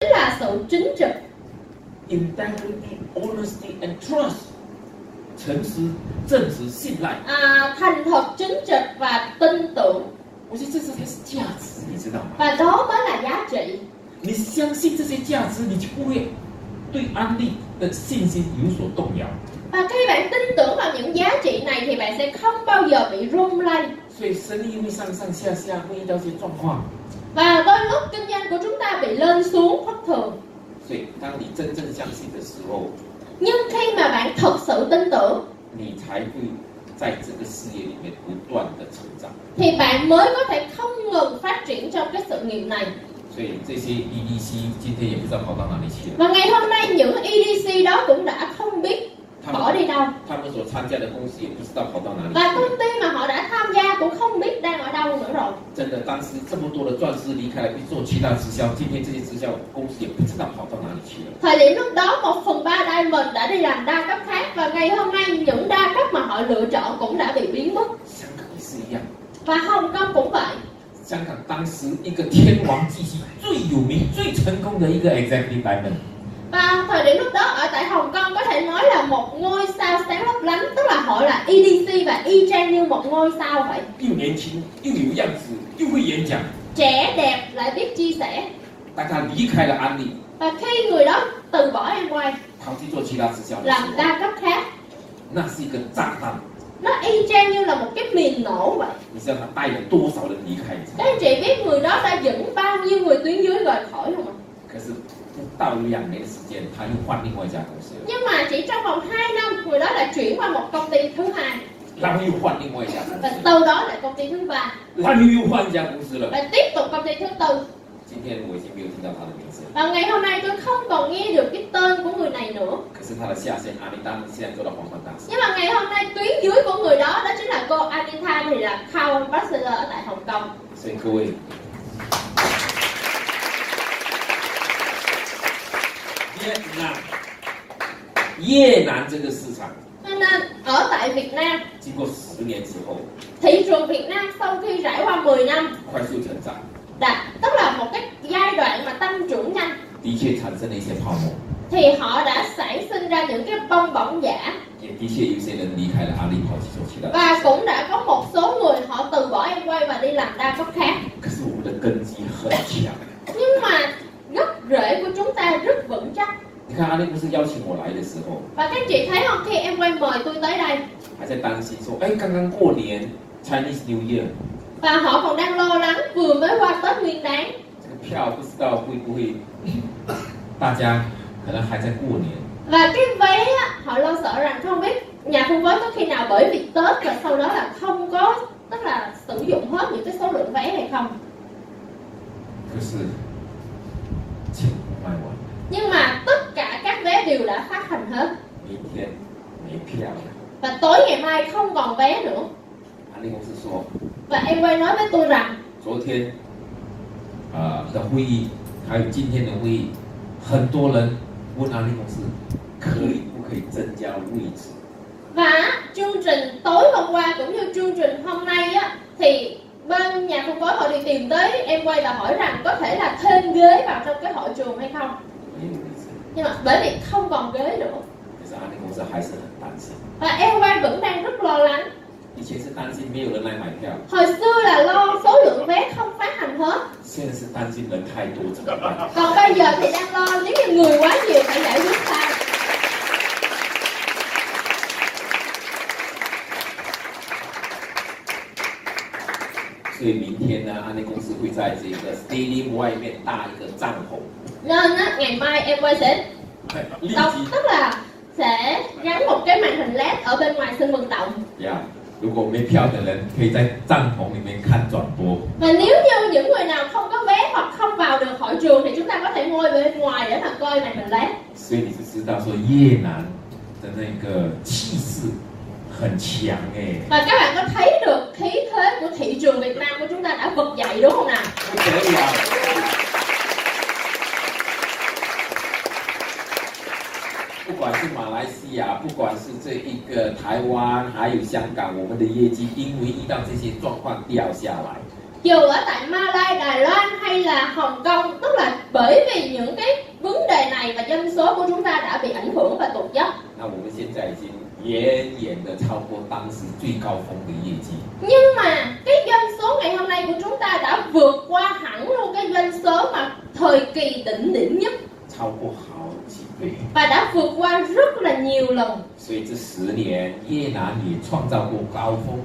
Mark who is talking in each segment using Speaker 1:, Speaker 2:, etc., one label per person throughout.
Speaker 1: là sự chính trực
Speaker 2: integrity, honesty, and trust. 诚实、正直、信赖，
Speaker 1: à, thành thật chính trực và tin tưởng
Speaker 2: 我觉得这是才是价值，你知道吗？
Speaker 1: và đó mới là giá trị
Speaker 2: 你相信这些价值，你就不会对安利的信心有所动摇。
Speaker 1: và khi bạn tin tưởng vào những giá trị này thì bạn sẽ không bao giờ bị rung lay
Speaker 2: 所以生意会上上下下，会遇到一些状况。
Speaker 1: và đôi lúc kinh doanh của chúng ta bị lên xuống bất thường
Speaker 2: 所以当你真正相信的时候，
Speaker 1: nhưng khi mà bạn thật sự tin tưởng
Speaker 2: 你才会在这个事业里面不断的成长。
Speaker 1: thì bạn mới có thể không ngừng phát triển trong cái sự nghiệp này
Speaker 2: 所以这些 EDC 今天也不知道跑到哪里去了。
Speaker 1: và ngày hôm nay những EDC đó cũng đã không biết
Speaker 2: 他
Speaker 1: bỏ
Speaker 2: 们
Speaker 1: đi đâu
Speaker 2: 他们所参加的公司也不知道跑到哪里
Speaker 1: và
Speaker 2: 去了。
Speaker 1: công ty mà họ đã tham gia cũng không biết đang ở đâu nữa rồi
Speaker 2: 真的，当时这么多的钻石离开了，去做其他直销，今天这些直销公司也不知道跑到哪里去了。
Speaker 1: Thời điểm lúc đó 1 phần 3 Diamond đã đi làm đa cấp khác Và ngày hôm nay những đa cấp mà họ lựa chọn cũng đã bị biến mất
Speaker 2: 香港也是一样，
Speaker 1: Và Hồng Kông cũng vậy
Speaker 2: 香港当时一个天王巨星最有名、最成功的一个 executive diamond，
Speaker 1: Và thời điểm lúc đó ở tại Hồng Kông có thể nói là một ngôi sao sáng lấp lánh Tức là họ là EDC và y chang như một ngôi sao vậy
Speaker 2: 又年轻又有样子，又会演讲。
Speaker 1: Trẻ đẹp lại biết chia sẻ
Speaker 2: 当他离开了安利，
Speaker 1: Và khi người đó từ bỏ em quay
Speaker 2: 跑去做其他直销的时
Speaker 1: làm
Speaker 2: 候，
Speaker 1: đa cấp khác
Speaker 2: 那是一个炸弹。
Speaker 1: Nó y chang như là một cái miền nổ vậy
Speaker 2: 你知道他带了多少人离开？你知道吗
Speaker 1: Các anh chị biết người đó đã dẫn bao nhiêu người tuyến dưới rời khỏi không ạ?
Speaker 2: 可是不到两年的时间，他又换另外一家公司了，
Speaker 1: Nhưng mà chỉ trong vòng 2 năm người đó lại chuyển qua một công ty thứ hai
Speaker 2: 然后又换另外一家公
Speaker 1: và
Speaker 2: 司，
Speaker 1: từ đó lại công ty thứ ba
Speaker 2: 然后又换一家公司了。
Speaker 1: và tiếp tục công ty thứ tư
Speaker 2: 今天我已经没有听到他的名字了，
Speaker 1: và ngày hôm nay tôi không còn nghe được cái tên của người này nữa
Speaker 2: 可是他的下线阿里当然现在做到皇冠大师，
Speaker 1: nhưng mà ngày hôm nay tuyến dưới của người đó đó chính là cô Anita thì là Carol Bachelor ở tại Hồng Kông
Speaker 2: 所以各位，越南，越南这个市场
Speaker 1: cho nên ở tại Việt Nam
Speaker 2: 经过十年之后
Speaker 1: thị trường Việt Nam sau khi trải qua 10 năm
Speaker 2: 快速成长，
Speaker 1: đã tức là một cái giai đoạn mà tăng trưởng nhanh
Speaker 2: 的确产生了一些泡沫，
Speaker 1: thì họ đã sản sinh ra những cái bong bóng giả
Speaker 2: 也的确有些人离开了阿里跑去做其他的。
Speaker 1: và cũng đã có một số người họ từ bỏ em quay và đi làm đa cấp khác
Speaker 2: 可是我们的根基很强。
Speaker 1: nhưng mà gốc rễ của chúng ta rất vững chắc
Speaker 2: 你看阿丽不是邀请我来的时候，
Speaker 1: và các chị thấy không khi em quay mời tôi tới đây
Speaker 2: 还在担心说，哎，刚刚过年 Chinese New Year，
Speaker 1: và họ còn đang lo lắng vừa mới qua tết nguyên đáng
Speaker 2: 这个票不知道会不会，大家可能还在过年，
Speaker 1: và cái vé á, họ lo sợ rằng không biết nhà phân phối có khi nào bởi vì tết rồi sau đó là không có tức là sử dụng hết những cái số lượng vé hay không
Speaker 2: 可是钱卖完，
Speaker 1: nhưng mà tất cả các vé đều đã phát hành hết
Speaker 2: 明天没票了。
Speaker 1: và tối ngày mai không còn vé nữa
Speaker 2: 阿丽公司说，
Speaker 1: và em quay nói với tôi rằng
Speaker 2: 昨天呃的会议，还有今天的会议，很多人问阿丽公司，可以不可以增加位置？
Speaker 1: Và chương trình tối hôm qua cũng như chương trình hôm nay á thì bên nhà phân phối họ đi tìm tới em quay và hỏi rằng có thể là thêm ghế vào trong cái hội trường hay không
Speaker 2: 没有位置，
Speaker 1: nhưng mà bởi vì không còn ghế nữa
Speaker 2: 可是阿丽公司还是很担心。
Speaker 1: và em quay vẫn đang rất lo lắng
Speaker 2: 以前是担心没有人来买票，
Speaker 1: hồi xưa là lo số lượng vé không phát hành hết
Speaker 2: 现在是担心人太多怎么办？
Speaker 1: còn bây giờ thì đang lo nếu như người quá nhiều phải giải quyết sao
Speaker 2: 所以明天呢，安利公司会在这个 stadium 外面搭一个帐篷，哎
Speaker 1: nên á ngày mai em quay sẽ
Speaker 2: 立
Speaker 1: đóng
Speaker 2: 即
Speaker 1: tức là sẽ gắn một cái màn hình led ở bên ngoài sân vận động
Speaker 2: 呀。如果没票的人，可以在帐篷里面看转播。
Speaker 1: Và nếu như những người nào không có vé hoặc không vào được hội trường thì chúng ta có thể ngồi bên ngoài để mà coi màn hình lát.
Speaker 2: 所以你就知道说越南的那个气势很强哎。
Speaker 1: Và các bạn có thấy được khí thế của thị trường Việt Nam của chúng ta đã vực dậy đúng không nào?
Speaker 2: 不得了。不管是马来西亚，不管是这一个台湾，还有香港，我们的业绩因为遇到这些状况掉下来，
Speaker 1: Dù ở tại Malai, Đài Loan hay là Hồng Kông, tức là bởi vì những cái
Speaker 2: 那我们现在已经远远的超过当时最高峰的业绩。
Speaker 1: nhưng mà cái doanh số ngày hôm nay của chúng ta đã vượt qua hẳn luôn cái doanh số mà thời kỳ đỉnh điểm nhất
Speaker 2: 超过好几倍，
Speaker 1: và đã vượt qua rất là nhiều lần
Speaker 2: 所以这十年越南也创造过高峰。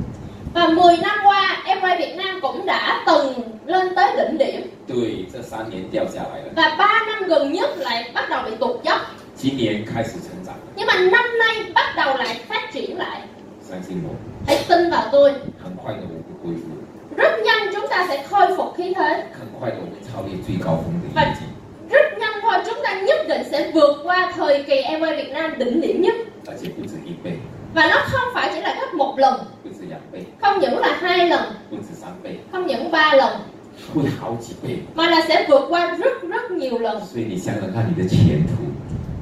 Speaker 1: và 10 năm qua em quay Việt Nam cũng đã từng lên tới đỉnh điểm
Speaker 2: 对，这三年掉下来了，
Speaker 1: và 3 năm gần nhất lại bắt đầu bị tụt dốc
Speaker 2: 今年开始成长了，
Speaker 1: nhưng mà năm nay bắt đầu lại phát triển lại
Speaker 2: 相信我，
Speaker 1: hãy tin vào tôi
Speaker 2: 很快的我们恢复，
Speaker 1: rất nhanh chúng ta sẽ khôi phục khí thế
Speaker 2: 很快的我们超越最高峰的业绩。
Speaker 1: rất nhanh thôi chúng ta nhất định sẽ vượt qua thời kỳ em quay Việt Nam đỉnh điểm nhất
Speaker 2: 而且不止一倍，
Speaker 1: và nó không phải chỉ là gấp một lần
Speaker 2: 不止两倍，
Speaker 1: không những là hai lần
Speaker 2: 不止三倍，
Speaker 1: không những ba lần
Speaker 2: 会好几倍。
Speaker 1: mà là sẽ vượt qua rất rất nhiều lần
Speaker 2: 所以你想想看你的前途，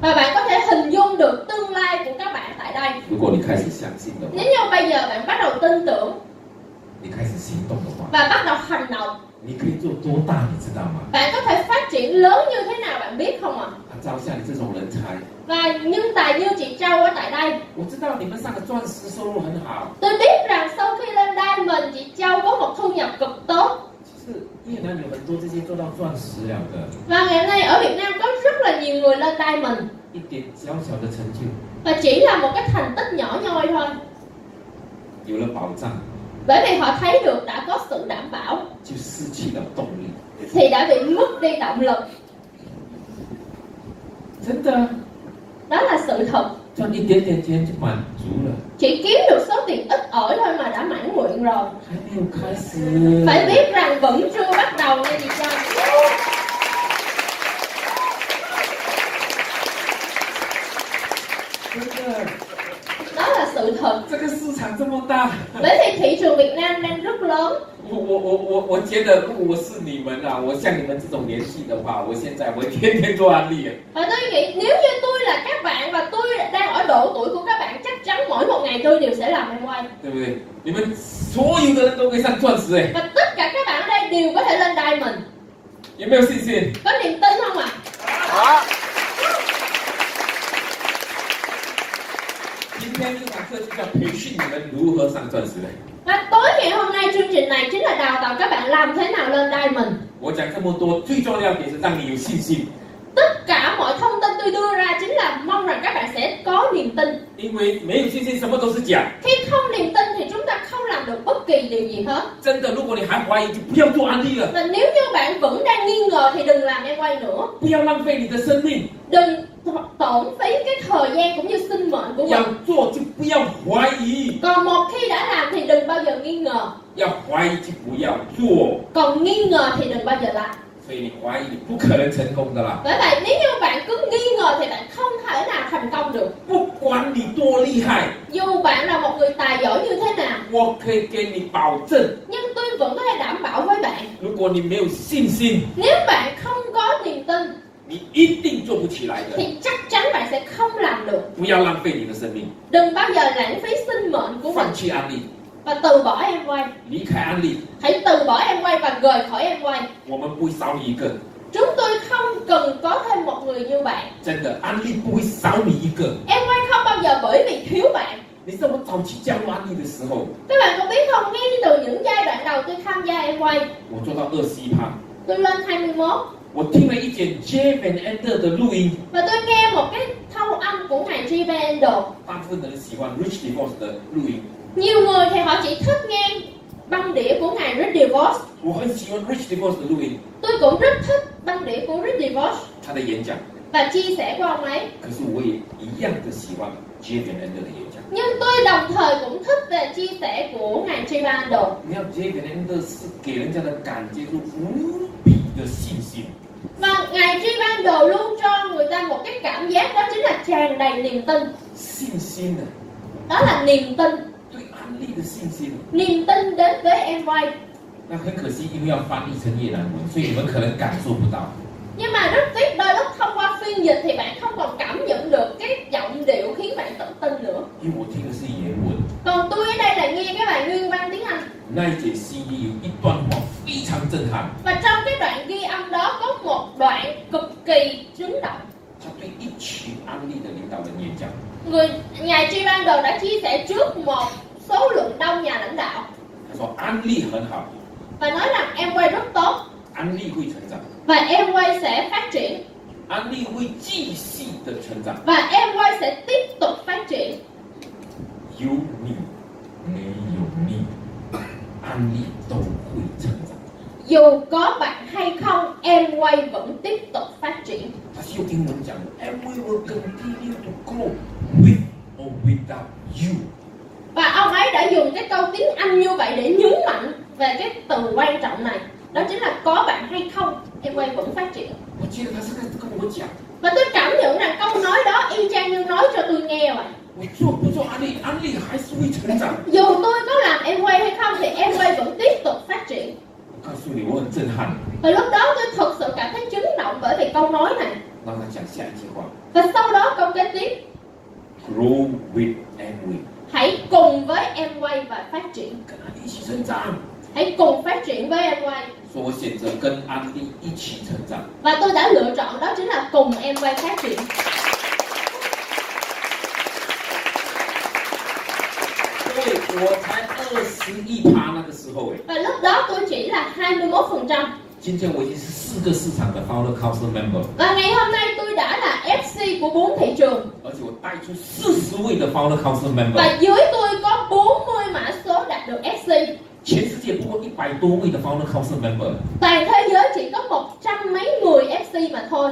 Speaker 1: và bạn có thể hình dung được tương lai của các bạn tại đây
Speaker 2: 如果你开始相信的话，
Speaker 1: nếu như bây giờ bạn bắt đầu tin tưởng
Speaker 2: 你开始行动的话，
Speaker 1: và bắt đầu hành động
Speaker 2: 你可以做多大，你知道吗？
Speaker 1: bạn có thể phát triển lớn như thế nào bạn biết không ạ
Speaker 2: 他招下你这种人才，
Speaker 1: và nhân tài như chị Châu ở tại đây
Speaker 2: 我知道你们上的钻石收入很好，
Speaker 1: tôi biết rằng sau khi lên đây mình chị Châu có một thu nhập cực tốt
Speaker 2: 其实越南有很多这些做到钻石了的，
Speaker 1: và ngày nay ở Việt Nam có rất là nhiều người lên đây mình
Speaker 2: 一点小小的成就，
Speaker 1: và chỉ là một cái thành tích nhỏ nhoi thôi
Speaker 2: 有了保障，
Speaker 1: bởi vì họ thấy được đã có sự đảm bảo
Speaker 2: 就失去了动力。
Speaker 1: thì đã bị mất đi động lực
Speaker 2: 真的，
Speaker 1: đó là sự thật
Speaker 2: 赚一点点钱就满足了，
Speaker 1: chỉ kiếm được số tiền ít ỏi thôi mà đã mãn nguyện rồi
Speaker 2: 还没有开始。
Speaker 1: phải biết rằng vẫn chưa bắt đầu nha chị Châu
Speaker 2: 真的，
Speaker 1: đó là sự thật
Speaker 2: 这个市场这么大，
Speaker 1: bởi vì thị trường Việt Nam đang rất lớn
Speaker 2: 我我我我我觉得，如果我是你们啊，我像你们这种年纪的话，我现在我天天做安利啊，
Speaker 1: và tôi nghĩ nếu như tôi là các bạn và tôi đang ở độ tuổi của các bạn chắc chắn mỗi một ngày tôi đều sẽ làm em quay
Speaker 2: 对不对？你们所有的人都可以上钻石哎、
Speaker 1: và tất cả các bạn ở đây đều có thể lên đài mình
Speaker 2: 有没有信心？
Speaker 1: có niềm tin không ạ
Speaker 2: 今天这堂课就叫培训你们如何上钻石的。
Speaker 1: và tối ngày hôm nay chương trình này chính là đào tạo các bạn làm thế nào lên đài mình
Speaker 2: 我讲这么多，最重要的点是让你有信心，
Speaker 1: tất cả mọi thông tin tôi đưa ra chính là mong rằng các bạn sẽ có niềm tin
Speaker 2: 因为没有信心什么都是假。
Speaker 1: khi không niềm tin thì chúng ta không làm được bất kỳ điều gì hết
Speaker 2: 真的，如果你还怀疑，就不要做安利了，
Speaker 1: và nếu như bạn vẫn đang nghi ngờ thì đừng làm em quay nữa
Speaker 2: 不要浪费你的生命，
Speaker 1: đừng th- tổn phí cái thời gian cũng như sinh mệnh của mình
Speaker 2: 要做就不要怀疑，
Speaker 1: còn một khi đã làm thì đừng bao giờ nghi ngờ
Speaker 2: 要怀疑就不要做。
Speaker 1: còn nghi ngờ thì đừng bao giờ làm
Speaker 2: 所以你怀疑，你不可能成功的啦。
Speaker 1: bởi vậy nếu như bạn cứ nghi ngờ thì bạn không thể nào thành công được
Speaker 2: 不管你多厉害，
Speaker 1: dù bạn là một người tài giỏi như thế nào
Speaker 2: 我可以给你保证，
Speaker 1: nhưng tôi vẫn có thể đảm bảo với bạn
Speaker 2: 如果你没有信心，
Speaker 1: nếu bạn không có niềm tin
Speaker 2: 你一定做不起来的。
Speaker 1: thì chắc chắn bạn sẽ không làm được
Speaker 2: 不要浪费你的生命，
Speaker 1: đừng bao giờ lãng phí sinh mệnh của mình
Speaker 2: 放弃安利，
Speaker 1: và từ bỏ em quay
Speaker 2: 离开安利，
Speaker 1: hãy từ bỏ em quay và rời khỏi em quay
Speaker 2: 我们不会少你一个。
Speaker 1: chúng tôi không cần có thêm một người như bạn
Speaker 2: 真的，安利不会少你一个。
Speaker 1: em quay không bao giờ bởi vì thiếu bạn
Speaker 2: 你知道我早期加入安利的时候，
Speaker 1: các bạn có biết không ngay từ những giai đoạn đầu tôi tham gia em quay
Speaker 2: 我做到二十一趴，
Speaker 1: tôi lên 21
Speaker 2: 我听了一点 Jam and Ender 的录音，
Speaker 1: và tôi nghe một cái thâu âm của ngài G. Bando
Speaker 2: 大部分的人喜欢 Rich Divorce 的录音，
Speaker 1: nhiều người thì họ chỉ thích nghe băng đĩa của ngài Rick DeVos
Speaker 2: 我很喜欢 Rich Divorce 的录音，
Speaker 1: tôi cũng rất thích băng đĩa của Rick DeVos
Speaker 2: 他的演讲。
Speaker 1: và chia sẻ của ông ấy
Speaker 2: 可是我也一样的喜欢 Jam and Ender 的演讲。
Speaker 1: Nhưng tôi đồng thời cũng thích về chia sẻ của ngài Trivando
Speaker 2: 你要 Jam and Ender 是给人家的感觉是无比的信心，
Speaker 1: Và ngài Trivando luôn cho người ta một cái cảm giác đó chính là tràn đầy niềm tin
Speaker 2: 信心呢、啊
Speaker 1: Đó là niềm tin,
Speaker 2: 对安利的信心。啊
Speaker 1: niềm tin đến với em quay
Speaker 2: 那很可惜，因为要翻译成越南文，所以你们可能感受不到。
Speaker 1: Nhưng mà rất tiếc đôi lúc thông qua phiên dịch thì bạn không còn cảm nhận được cái giọng điệu khiến bạn tự tin nữa
Speaker 2: 因为我听的是原文，
Speaker 1: Còn tôi ở đây là nghe các bạn nguyên văn tiếng Anh
Speaker 2: 那一节 CD 有一段话非常震撼，
Speaker 1: Và trong cái đoạn ghi âm đó có một đoạn cực kỳ chấn động
Speaker 2: 他对一群安利的领导人演讲，
Speaker 1: Người người nhà tri ban đầu đã chia sẻ trước một số lượng đông nhà lãnh đạo
Speaker 2: 他说安利很好，
Speaker 1: và nói rằng em quay rất tốt
Speaker 2: 安利会成长，
Speaker 1: và em quay sẽ phát triển
Speaker 2: 安利会继续的成长，
Speaker 1: và em quay sẽ tiếp tục phát triển
Speaker 2: 有你没有你，安利都会成长。
Speaker 1: dù có bạn hay không em quay vẫn tiếp tục phát triển
Speaker 2: 他是用英文讲的，Every will continue to grow with or without you。
Speaker 1: và ông ấy đã dùng cái câu tiếng anh như vậy để nhấn mạnh về cái từ quan trọng này đó chính là có bạn hay không em quay vẫn phát triển
Speaker 2: 我觉得他是在跟我讲，
Speaker 1: và tôi cảm nhận rằng câu nói đó y chang như nói cho tôi nghe vậy
Speaker 2: 我做不做安利，安利还是会成长。
Speaker 1: dù tôi có làm em quay hay không thì em quay vẫn tiếp tục phát triển
Speaker 2: 我告诉你，我很震撼。
Speaker 1: và lúc đó tôi thực sự cảm thấy chấn động bởi vì câu nói này
Speaker 2: 让他讲下一句话
Speaker 1: và sau đó câu kế tiếp
Speaker 2: ，Grow with and with，
Speaker 1: hãy cùng với em quay và phát triển
Speaker 2: 跟安利一起成长。
Speaker 1: hãy cùng phát triển với em quay
Speaker 2: 说我选择跟安利一起成长。
Speaker 1: và tôi đã lựa chọn đó chính là cùng em quay phát triển
Speaker 2: 对，我才二十一趴那个时候哎，
Speaker 1: và lúc đó tôi chỉ là 21%
Speaker 2: 今天我已经是四个市场的 Founder Council Member，
Speaker 1: và ngày hôm nay tôi đã là FC của bốn thị trường
Speaker 2: 而且我带出四十位的 Founder Council Member，
Speaker 1: và dưới tôi có 40 mã số đạt được FC
Speaker 2: 全世界不过一百多位的 Founder Council Member，
Speaker 1: toàn thế giới chỉ có một trăm mấy người FC mà thôi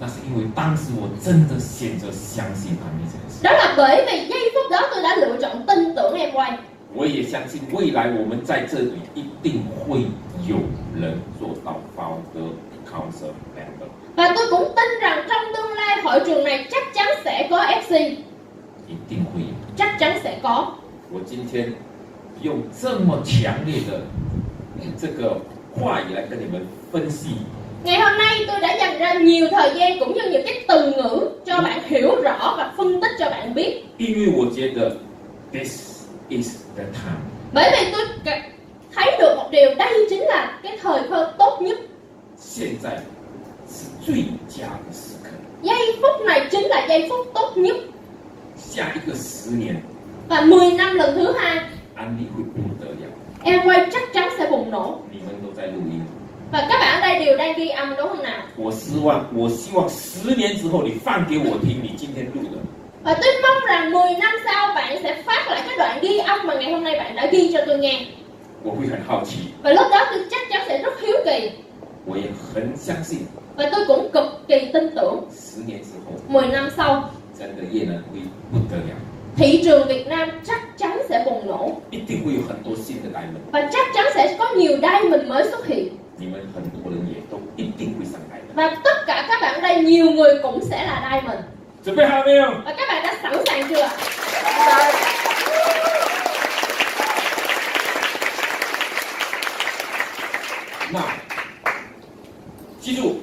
Speaker 2: 那是因为当时我真的选择相信安利这件事，
Speaker 1: đó là bởi vì giây phút đó tôi đã lựa chọn tin tưởng em quay
Speaker 2: 我也相信未来我们在这里一定会有人做到 Founder Council Member。
Speaker 1: và tôi cũng tin rằng trong tương lai hội trường này chắc chắn sẽ có FC
Speaker 2: 一定会有。
Speaker 1: chắc chắn sẽ có
Speaker 2: 我今天用这么强烈的哎这个话语来跟你们分析，
Speaker 1: ngày hôm nay tôi đã dành ra nhiều thời gian cũng như những cái từ ngữ cho bạn hiểu rõ và phân tích cho bạn biết
Speaker 2: 因为我觉得 this is the time。
Speaker 1: bởi vì tôi cả- thấy được một điều đây chính là cái thời cơ tốt nhất
Speaker 2: 现在是最佳的时刻，
Speaker 1: giây phút này chính là giây phút tốt nhất
Speaker 2: 下一个十年，
Speaker 1: và 10 năm lần thứ hai
Speaker 2: 安利会不得了。
Speaker 1: em quay chắc chắn sẽ bùng nổ
Speaker 2: 你们都在录音，
Speaker 1: Và các bạn ở đây đều đang ghi âm đúng không nào?
Speaker 2: 我希望，我希望十年之后你放给我听，你今天录的，
Speaker 1: Và tôi mong rằng 10 năm sau bạn sẽ phát lại cái đoạn ghi âm mà ngày hôm nay bạn đã ghi cho tôi nghe.
Speaker 2: 我会很好奇，
Speaker 1: Và lúc đó tôi chắc chắn sẽ rất hiếu kỳ
Speaker 2: 我也很相信，
Speaker 1: và tôi cũng cực kỳ tin tưởng
Speaker 2: 十年之后
Speaker 1: 10 năm sau
Speaker 2: 真的越南会不得了。
Speaker 1: thị trường Việt Nam chắc chắn sẽ bùng nổ
Speaker 2: 一定会有很多新的来门，
Speaker 1: và chắc chắn sẽ có nhiều đai mình mới xuất hiện
Speaker 2: 你们很多人也都一定会上来的。
Speaker 1: và tất cả các bạn ở đây nhiều người cũng sẽ là đai mình
Speaker 2: 准备好了没有？
Speaker 1: và các bạn đã sẵn sàng chưa? ạ?
Speaker 2: 那记住，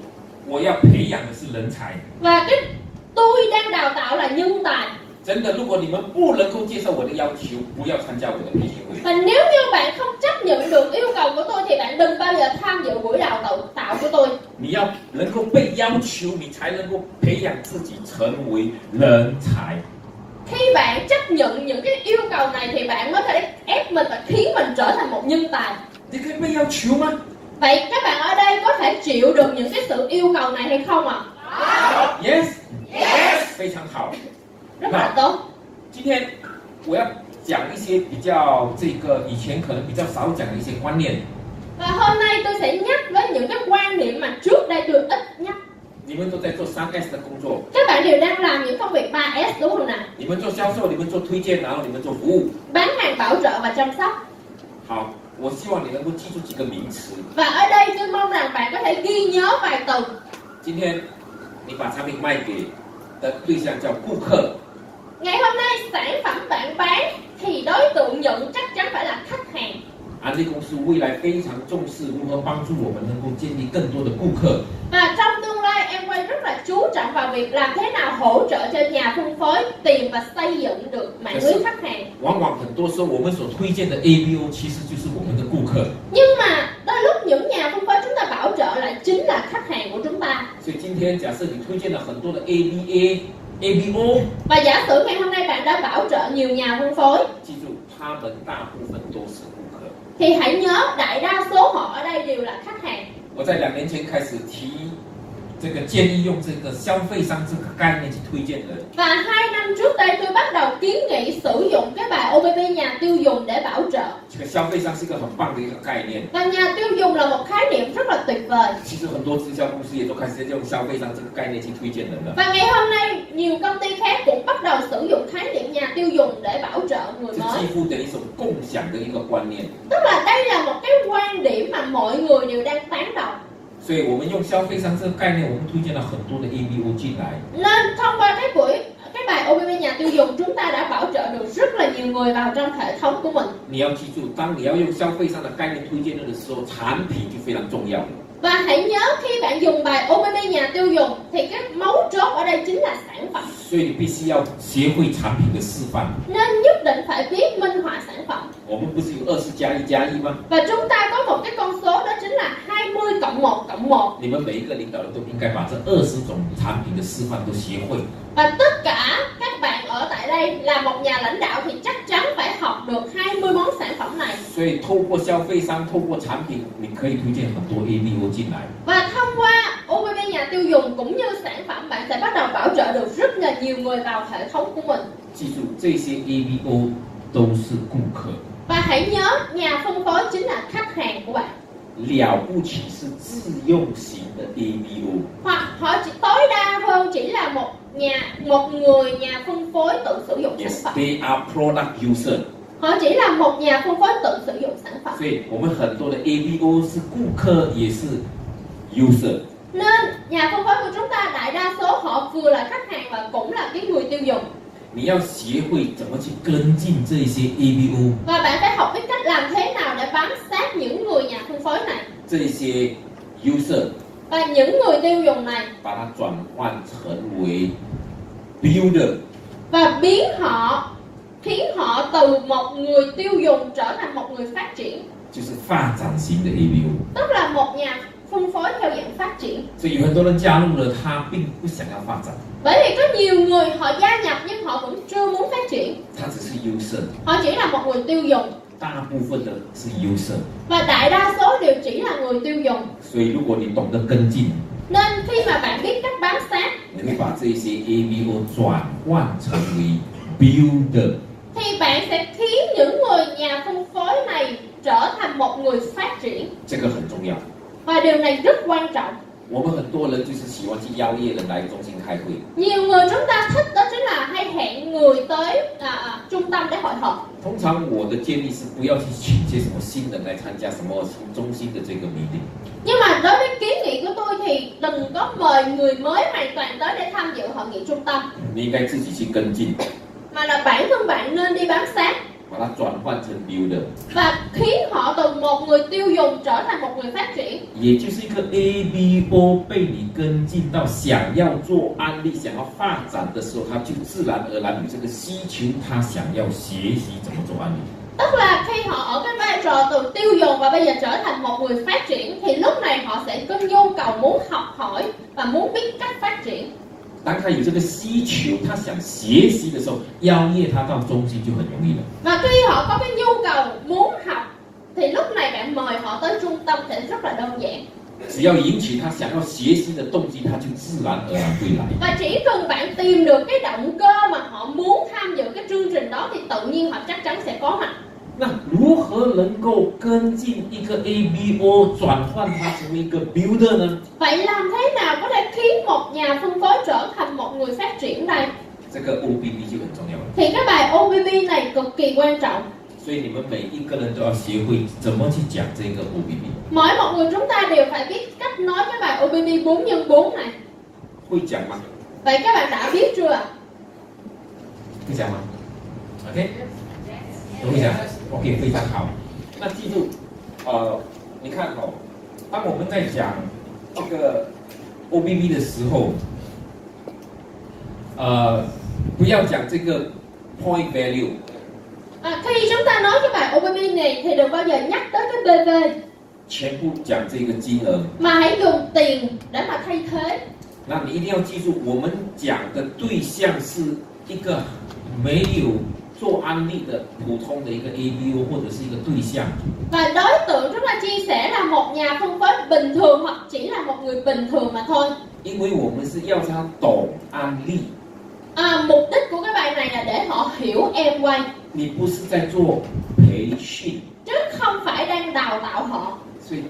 Speaker 2: 我要培养的是人才。
Speaker 1: Và cái tôi đang đào tạo là nhân tài
Speaker 2: 真的，如果你们不能够接受我的要求，不要参加我的培训会。
Speaker 1: Và nếu như bạn không chấp nhận được yêu cầu của tôi thì bạn đừng bao giờ tham dự buổi đào tạo tạo của tôi.
Speaker 2: 你要能够被要求，你才能够培养自己成为人才。
Speaker 1: Khi bạn chấp nhận những cái yêu cầu này thì bạn mới thể ép mình và khiến mình trở thành một nhân tài.
Speaker 2: 你可以被要求吗？
Speaker 1: Vậy các bạn ở đây có thể chịu được những cái sự yêu cầu này hay không ạ?
Speaker 2: Yes, yes，非常好。
Speaker 1: Rất là tốt.
Speaker 2: 今天我要讲一些比较这个以前可能比较少讲的一些观念。
Speaker 1: Và hôm nay tôi sẽ nhắc với những cái quan niệm mà trước đây tôi ít nhắc.
Speaker 2: 你们都在做三 S 的工作，
Speaker 1: Các bạn đều đang làm những công việc 3S đúng không nào?
Speaker 2: 你们做销售，你们做推荐，然后你们做服务。
Speaker 1: Bán hàng bảo trợ và chăm sóc.
Speaker 2: 好，我希望你能够记住几个名词。
Speaker 1: Và ở đây tôi mong rằng bạn có thể ghi nhớ vài từ
Speaker 2: 今天你把产品卖给的对象叫顾客，
Speaker 1: Ngày hôm nay sản phẩm bạn bán thì đối tượng nhận chắc chắn phải là khách hàng
Speaker 2: 安利啊公司未来非常重视如何帮助我们能够建立更多的顾客。
Speaker 1: và trong tương lai em quay rất là chú trọng vào việc làm thế nào hỗ trợ cho nhà phân phối tìm và xây dựng được mạng lưới khách hàng
Speaker 2: 往往很多时候我们所推荐的 ABO 其实就是我们的顾客。
Speaker 1: nhưng mà đôi lúc những nhà phân phối chúng ta bảo trợ lại chính là khách hàng của chúng ta
Speaker 2: 所以今天假设你推荐了很多的 ABA， ABO，
Speaker 1: Và giả sử ngày hôm nay bạn đã bảo trợ nhiều nhà phân phối
Speaker 2: 记住，他们大部分都是顾客。
Speaker 1: thì hãy nhớ đại đa số họ ở đây đều là khách hàng.
Speaker 2: 我在两年前开始提这个建议，用这个消费商这个概念去推荐人。
Speaker 1: Và hai năm trước đây tôi bắt đầu kiến nghị sử dụng cái bài OBP nhà tiêu dùng để bảo trợ.
Speaker 2: 这个消费商是一个很棒的一个概念，
Speaker 1: Và nhà Vâng tiêu dùng là một khái niệm rất là tuyệt vời.
Speaker 2: 其实很多直销公司也都开始在用消费商这个概念去推荐人了。
Speaker 1: Và ngày hôm nay nhiều công ty khác cũng bắt đầu sử dụng khái niệm nhà tiêu dùng để bảo trợ người
Speaker 2: 这
Speaker 1: mới.
Speaker 2: 几乎等于一种共享的一个观念。
Speaker 1: Tức là đây là một cái quan điểm mà mọi người đều đang tán đồng.
Speaker 2: 所以我们用消费商这个概念，我们推荐了很多的 ABO 进来。
Speaker 1: Nên thông qua cái buổi cái bài OBP nhà tiêu dùng chúng ta đã bảo trợ được rất là nhiều người vào trong hệ thống của mình.
Speaker 2: 你要记住，当你要用消费商的概念推荐人的时候，产品就非常重要了。
Speaker 1: Và hãy nhớ khi bạn dùng bài OBP nhà tiêu dùng thì cái mấu chốt ở đây chính là sản phẩm.
Speaker 2: 所以你必须要学会产品的示范。
Speaker 1: Nên nhất định phải biết minh họa sản phẩm.
Speaker 2: 我们不是有二十加一加一吗？
Speaker 1: Và chúng ta có một cái con số đó chính là 20 cộng 1 cộng 1.
Speaker 2: 你们每一个领导人都应该把这二十种产品的示范都学会。
Speaker 1: Và tất cả các bạn ở tại đây là một nhà lãnh đạo thì chắc chắn phải học được 20 món sản phẩm này.
Speaker 2: 所以透过消费商，透过产品，你可以推荐很多 ABO 进来。
Speaker 1: Và thông qua OBB nhà tiêu dùng cũng như sản phẩm bạn sẽ bắt đầu bảo trợ được rất là nhiều người vào hệ thống của mình.
Speaker 2: 记住，这些 ABO 都是顾客。
Speaker 1: Và hãy nhớ nhà phân phối chính là khách hàng của bạn.
Speaker 2: 了不起是自用型的 ABO，
Speaker 1: Hoặc họ chỉ tối đa hơn chỉ là một nhà một người nhà phân phối tự sử dụng sản
Speaker 2: yes
Speaker 1: phẩm.
Speaker 2: they are product user。
Speaker 1: Họ chỉ là một nhà phân phối tự sử dụng sản phẩm.
Speaker 2: 所以我们很多的 ABO 是顾客也是 user。
Speaker 1: Nên nhà phân phối của chúng ta đại đa số họ vừa là khách hàng và cũng là cái người tiêu dùng.
Speaker 2: 你要学会怎么去跟进这些 ABO，
Speaker 1: Và bạn phải học biết cách làm thế nào để bám sát những người nhà phân phối này
Speaker 2: 这些 user
Speaker 1: và những người tiêu dùng này
Speaker 2: 把它转换成为 builder，
Speaker 1: và biến họ khiến họ từ một người tiêu dùng trở thành một người phát triển
Speaker 2: 就是发展型的 ABO。
Speaker 1: tức là một nhà phân phối theo dạng phát triển
Speaker 2: 所以有很多人加入了，他并不想要发展，
Speaker 1: bởi vì có nhiều người họ gia nhập nhưng họ cũng chưa muốn phát triển
Speaker 2: 他只是 user，
Speaker 1: họ chỉ là một người tiêu dùng
Speaker 2: 大部分的是 user。
Speaker 1: và đại đa số đều chỉ là người tiêu dùng
Speaker 2: 所以如果你懂得跟进，
Speaker 1: nên khi mà bạn biết cách bám sát
Speaker 2: 你会把这些 ABO 转换成为 builder，
Speaker 1: thì bạn sẽ khiến những người nhà phân phối này trở thành một người phát triển
Speaker 2: 这个很重要。
Speaker 1: Và điều này rất quan trọng.
Speaker 2: 我们很多人就是喜欢去邀约人来中心开会，
Speaker 1: Nhiều người chúng ta thích đó chính là hay hẹn người tới à, à, trung tâm để hội họp.
Speaker 2: 通常我的建议是不要去请一些什么新人来参加什么中心的这个 meeting，
Speaker 1: Nhưng mà đối với kiến nghị của tôi thì đừng có mời người mới hoàn toàn tới để tham dự hội nghị trung tâm.
Speaker 2: 你应该自己去跟进，
Speaker 1: Mà là bản thân bạn nên đi bám sát
Speaker 2: 把它转换成 builder，
Speaker 1: và khiến họ từ một người tiêu dùng trở thành một người phát triển.
Speaker 2: 也就是一个 A B 波被你跟进到想要做安利、想要发展的时候，他就自然而然有这个需求，他想要学习怎么做安利。
Speaker 1: Tức là khi họ ở cái vai trò từ tiêu dùng và bây giờ trở thành một người phát triển thì lúc này họ sẽ có nhu cầu muốn học hỏi và muốn biết cách phát triển.
Speaker 2: 当他有这个需求，他想学习的时候，邀约他到中心就很容易了。
Speaker 1: Và khi họ có cái nhu cầu muốn học thì lúc này bạn mời họ tới trung tâm thì rất là đơn giản
Speaker 2: 只要引起他想要学习的动机，他就自然而然会来。
Speaker 1: và chỉ cần bạn tìm được cái động cơ mà họ muốn tham dự cái chương trình đó thì tự nhiên họ chắc chắn sẽ có mặt
Speaker 2: 那如何能够跟进一个 ABO 转换它成为一个 builder 呢？
Speaker 1: vậy làm thế nào có thể khiến một nhà phân phối trở thành một người phát triển đây
Speaker 2: 这个 OBB 就很重要了。
Speaker 1: thì cái bài OBB này cực kỳ quan trọng
Speaker 2: 所以你们每一个人都要学会怎么去讲这个 OBB。
Speaker 1: mỗi một người chúng ta đều phải biết cách nói cái bài OBB 4 x 4 này
Speaker 2: 会讲吗？
Speaker 1: vậy các bạn đã biết chưa ạ
Speaker 2: 会讲吗？OK，都会讲。OK，非常好。那记住，呃，你看哦，当我们在讲这个 OBB 的时候，呃，不要讲这个 point value。
Speaker 1: à, khi chúng ta nói cái bài OBB này thì đừng bao giờ nhắc tới cái BV
Speaker 2: 全部讲这个金额，
Speaker 1: mà hãy dùng tiền để mà thay thế
Speaker 2: 那你一定要记住，我们讲的对象是一个没有做安利的普通的一个 ABO 或者是一个对象。
Speaker 1: và đối tượng chúng ta chia sẻ là một nhà phân phối bình thường hoặc chỉ là một người bình thường mà thôi
Speaker 2: 因为我们是要他懂安利，
Speaker 1: à, mục đích của cái bài này là để họ hiểu em quay
Speaker 2: 你不是在做培训，
Speaker 1: chứ không phải đang đào tạo họ
Speaker 2: 所以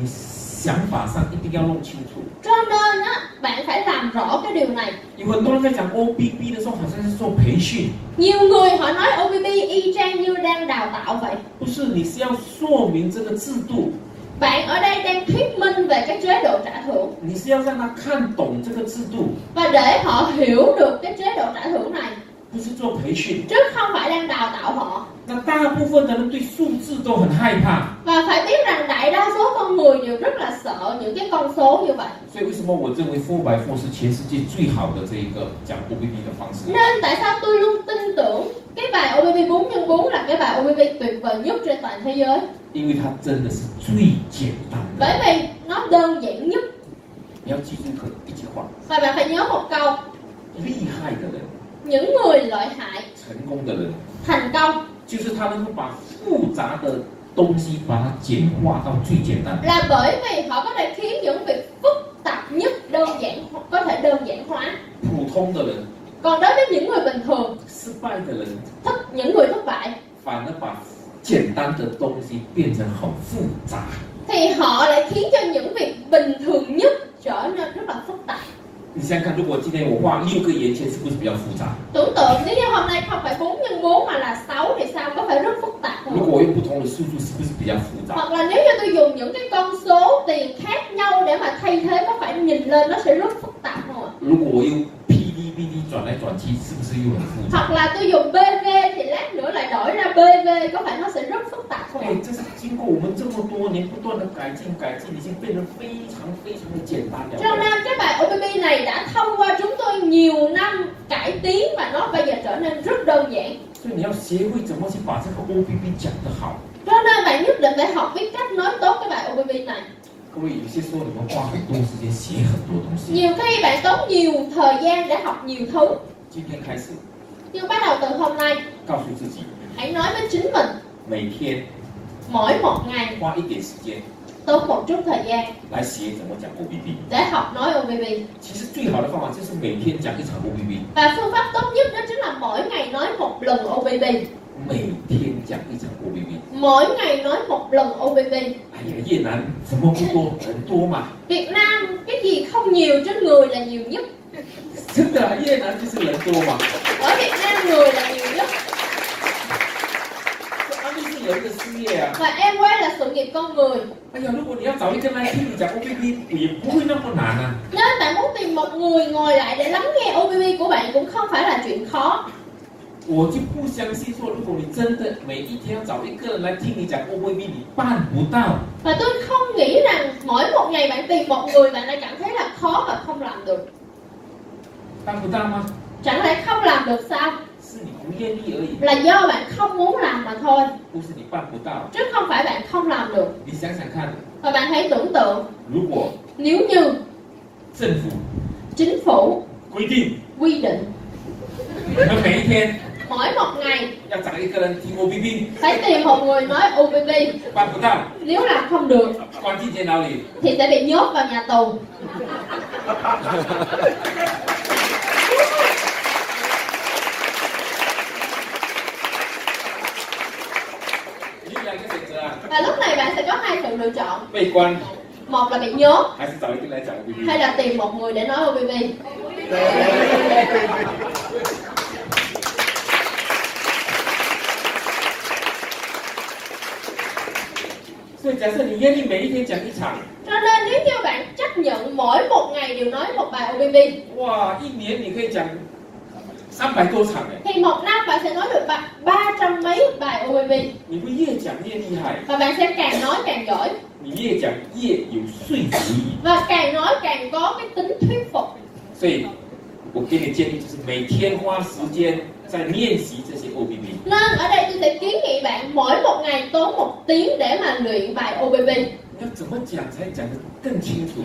Speaker 2: 你想法上一定要弄清楚。
Speaker 1: cho nên á bạn phải làm rõ cái điều này
Speaker 2: 有很多人在讲 OBB 的时候，好像是做培训，
Speaker 1: nhiều người họ nói OBB y chang như đang đào tạo vậy
Speaker 2: 不是，你是要说明这个制度，
Speaker 1: bạn ở đây đang thuyết minh về cái chế độ trả thưởng
Speaker 2: 你是要让他看懂这个制度，
Speaker 1: và để họ hiểu được cái chế độ trả thưởng này
Speaker 2: 不是做培训。
Speaker 1: chứ không phải đang đào tạo họ
Speaker 2: 那大部分的人对数字都很害怕，
Speaker 1: và phải biết rằng đại đa số con người đều rất là sợ những cái con số như vậy
Speaker 2: 所以为什么我认为 Four by Four 是全世界最好的这一个讲 OBB 的方式？
Speaker 1: nên tại sao tôi luôn tin tưởng cái bài OBB 4 x 4 là cái bài OBB tuyệt vời nhất trên toàn thế giới
Speaker 2: 因为它真的是最简单的。
Speaker 1: bởi vì nó đơn giản nhất
Speaker 2: 你要记住一个一句话：
Speaker 1: và bạn phải nhớ một câu
Speaker 2: 厉害的人、
Speaker 1: những người lợi hại
Speaker 2: 成功的人，
Speaker 1: thành công
Speaker 2: 就是他能够把复杂的东西把它简化到最简单。
Speaker 1: là bởi vì họ có thể khiến những việc phức tạp nhất đơn giản có thể đơn giản hóa
Speaker 2: 普通的人、
Speaker 1: còn đối với những người bình thường
Speaker 2: 失败的人，
Speaker 1: thất những người thất bại
Speaker 2: 反而把简单的东西变成很复杂。
Speaker 1: thì họ lại khiến cho những việc bình thường nhất trở nên rất là phức tạp
Speaker 2: 你想想看，如果今天我画六个圆圈，是不是比较复杂？
Speaker 1: tưởng tượng nếu như hôm nay không phải 4 x 4 mà là 6 thì sao có phải rất phức tạp
Speaker 2: 如
Speaker 1: không
Speaker 2: 果我用不同的数字，是不是比较复杂？
Speaker 1: hoặc là nếu như tôi dùng những cái con số tiền khác nhau để mà thay thế có phải nhìn lên nó sẽ rất phức tạp không ạ
Speaker 2: 如果我用 PDBD 转来转去，是不是又很复杂？
Speaker 1: hoặc là tôi dùng BV thì lát nữa lại đổi ra BV có phải nó sẽ rất phức tạp không ạ
Speaker 2: 哎，这是经过我们这么多年不断的改进改进，已经变得非常非常的简单了。
Speaker 1: cho nên cái bài OBB này đã thông qua chúng tôi nhiều năm cải tiến và nó bây giờ trở nên rất đơn giản
Speaker 2: 所以你要学会怎么去把这个 OBB 讲得好。
Speaker 1: cho nên bạn nhất định phải học biết cách nói tốt cái bài OBB này
Speaker 2: 各位，有些时候你们花很多时间写很多东西。
Speaker 1: nhiều khi bạn tốn nhiều thời gian để học nhiều thứ
Speaker 2: 今天开始，
Speaker 1: nhưng bắt đầu từ hôm nay
Speaker 2: 告诉自己，
Speaker 1: hãy nói với chính mình
Speaker 2: 每天
Speaker 1: mỗi một ngày
Speaker 2: 花一点时间
Speaker 1: tốn một chút thời gian
Speaker 2: 来学怎么讲 OBB。
Speaker 1: để học nói OBB
Speaker 2: 其实最好的方法就是每天讲一场 OBB，
Speaker 1: và phương pháp tốt nhất đó chính là mỗi ngày nói một lần OBB
Speaker 2: 每天讲一场 OBB。
Speaker 1: mỗi ngày nói một lần OBB
Speaker 2: 哎呀，越南什么不多，人多嘛。
Speaker 1: Việt Nam cái gì không nhiều trên người là nhiều nhất
Speaker 2: 真的啊、越南就是人多嘛。
Speaker 1: ở Việt Nam người là nhiều nhất
Speaker 2: 安利是人的事业啊。
Speaker 1: và em quay là sự nghiệp con người
Speaker 2: 哎呀，如果你要找一个来听你讲 OBB，也不会那么难啊。
Speaker 1: nên bạn muốn tìm một người ngồi lại để lắng nghe OBB của bạn cũng không phải là chuyện khó
Speaker 2: 我就不相信说，如果你真的每一天要找一个人来听你讲 OVB，你办不到。
Speaker 1: và tôi không nghĩ rằng mỗi một ngày bạn tìm một người bạn lại cảm thấy là khó và không làm được
Speaker 2: 办不到吗？
Speaker 1: chẳng lẽ không làm được sao
Speaker 2: 是你不愿意而已，
Speaker 1: là do bạn không muốn làm mà thôi
Speaker 2: 不是你办不到。
Speaker 1: chứ không phải bạn không làm được
Speaker 2: 你想想看，
Speaker 1: và bạn hãy tưởng tượng
Speaker 2: 如果
Speaker 1: nếu như
Speaker 2: 政府
Speaker 1: chính phủ
Speaker 2: 规定
Speaker 1: quy định
Speaker 2: 你们每一天
Speaker 1: mỗi một ngày
Speaker 2: 要找一个人听 OVB，
Speaker 1: phải tìm một người nói OBB
Speaker 2: 办不到，
Speaker 1: nếu làm không được
Speaker 2: 关进监牢里。
Speaker 1: thì sẽ bị nhốt vào nhà tù
Speaker 2: 你有两个选择啊，
Speaker 1: và lúc này bạn sẽ có hai sự lựa chọn
Speaker 2: 被关
Speaker 1: một là bị nhốt
Speaker 2: 还是找一个人来讲 OVB。
Speaker 1: hay là tìm một người để nói OBB
Speaker 2: 所以假设你愿意每一天讲一场，
Speaker 1: cho nên nếu như bạn chấp nhận mỗi một ngày đều nói một bài OBB
Speaker 2: 哇，一年你可以讲三百多场哎，
Speaker 1: thì một năm bạn sẽ nói được ba- 300 mấy bài OBB
Speaker 2: 你会越讲越厉害，
Speaker 1: và bạn sẽ càng nói càng giỏi
Speaker 2: 你越讲越有说服力。
Speaker 1: và càng nói càng có cái tính thuyết phục
Speaker 2: 所以，我给你的建议就是每天花时间在练习这些 OBB。
Speaker 1: nên ở đây tôi sẽ kiến nghị bạn mỗi một ngày tốn một tiếng để mà luyện bài OBB
Speaker 2: 你要怎么讲才讲得更清楚？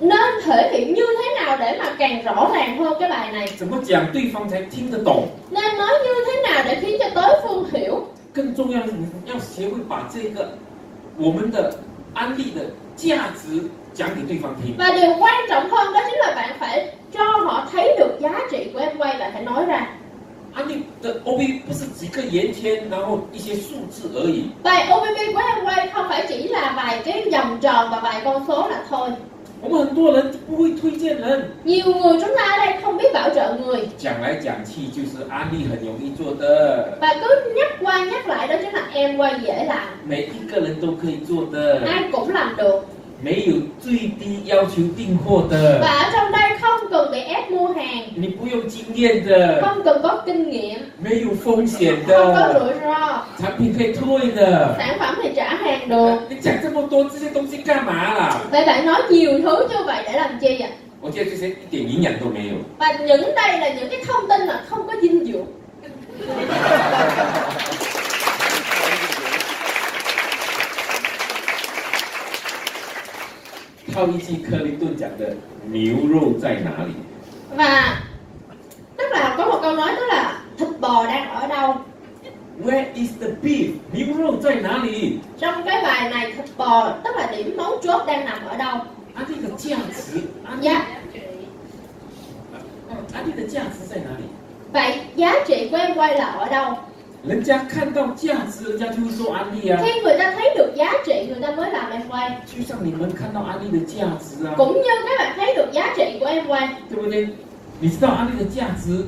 Speaker 1: nên thể hiện như thế nào để mà càng rõ ràng hơn cái bài này
Speaker 2: 怎么讲对方才听得懂？
Speaker 1: nên nói như thế nào để khiến cho đối phương hiểu
Speaker 2: 更重要的是，你要学会把这个我们的安利的价值讲给对方听。
Speaker 1: và điều quan trọng hơn đó chính là bạn phải cho họ thấy được giá trị của em quay bạn phải nói ra
Speaker 2: 安利的 OB 不是几个圆圈，然后一些数字而已，
Speaker 1: bài OBB của em quay không phải chỉ là vài cái vòng tròn và vài con số là thôi
Speaker 2: 我们很多人不会推荐人，
Speaker 1: nhiều người chúng ta ở đây không biết bảo trợ người
Speaker 2: 讲来讲去就是安利很容易做的，
Speaker 1: và cứ nhắc qua nhắc lại đó chính là em quay dễ làm
Speaker 2: 每一个人都可以做的，
Speaker 1: ai cũng làm được
Speaker 2: 没有最低要求订货的，
Speaker 1: và ở trong đây không cần bị ép mua hàng
Speaker 2: 你不用经验的，
Speaker 1: không cần có kinh nghiệm
Speaker 2: 没有风险
Speaker 1: không có
Speaker 2: 的，
Speaker 1: rủi ro
Speaker 2: 产品可以退的。
Speaker 1: sản phẩm thì trả hàng được
Speaker 2: 你讲这么多这些东西干嘛啦？
Speaker 1: vậy bạn nói nhiều thứ như vậy để làm chi ạ
Speaker 2: 我觉得这些一点营养都没有。
Speaker 1: và những đây là những cái thông tin mà không có dinh dưỡng
Speaker 2: 套一句克林顿讲的“牛肉在哪里
Speaker 1: và tức là có một câu nói đó là thịt bò đang ở đâu
Speaker 2: ”，Where is the beef？牛肉在哪里？
Speaker 1: trong cái bài này thịt bò tức là điểm mấu chốt đang nằm ở đâu Dạ.
Speaker 2: 安利的价值，安利，
Speaker 1: giá
Speaker 2: 安利的价值在哪里？
Speaker 1: vậy giá trị của em quay là ở đâu
Speaker 2: 人家看到价值，人家就会说安利啊，
Speaker 1: khi người ta thấy được giá trị người ta mới làm em quay
Speaker 2: 就像你们看到安利的价值啊，
Speaker 1: cũng như các bạn thấy được giá trị của em quay
Speaker 2: 对不对？你知道安利的价值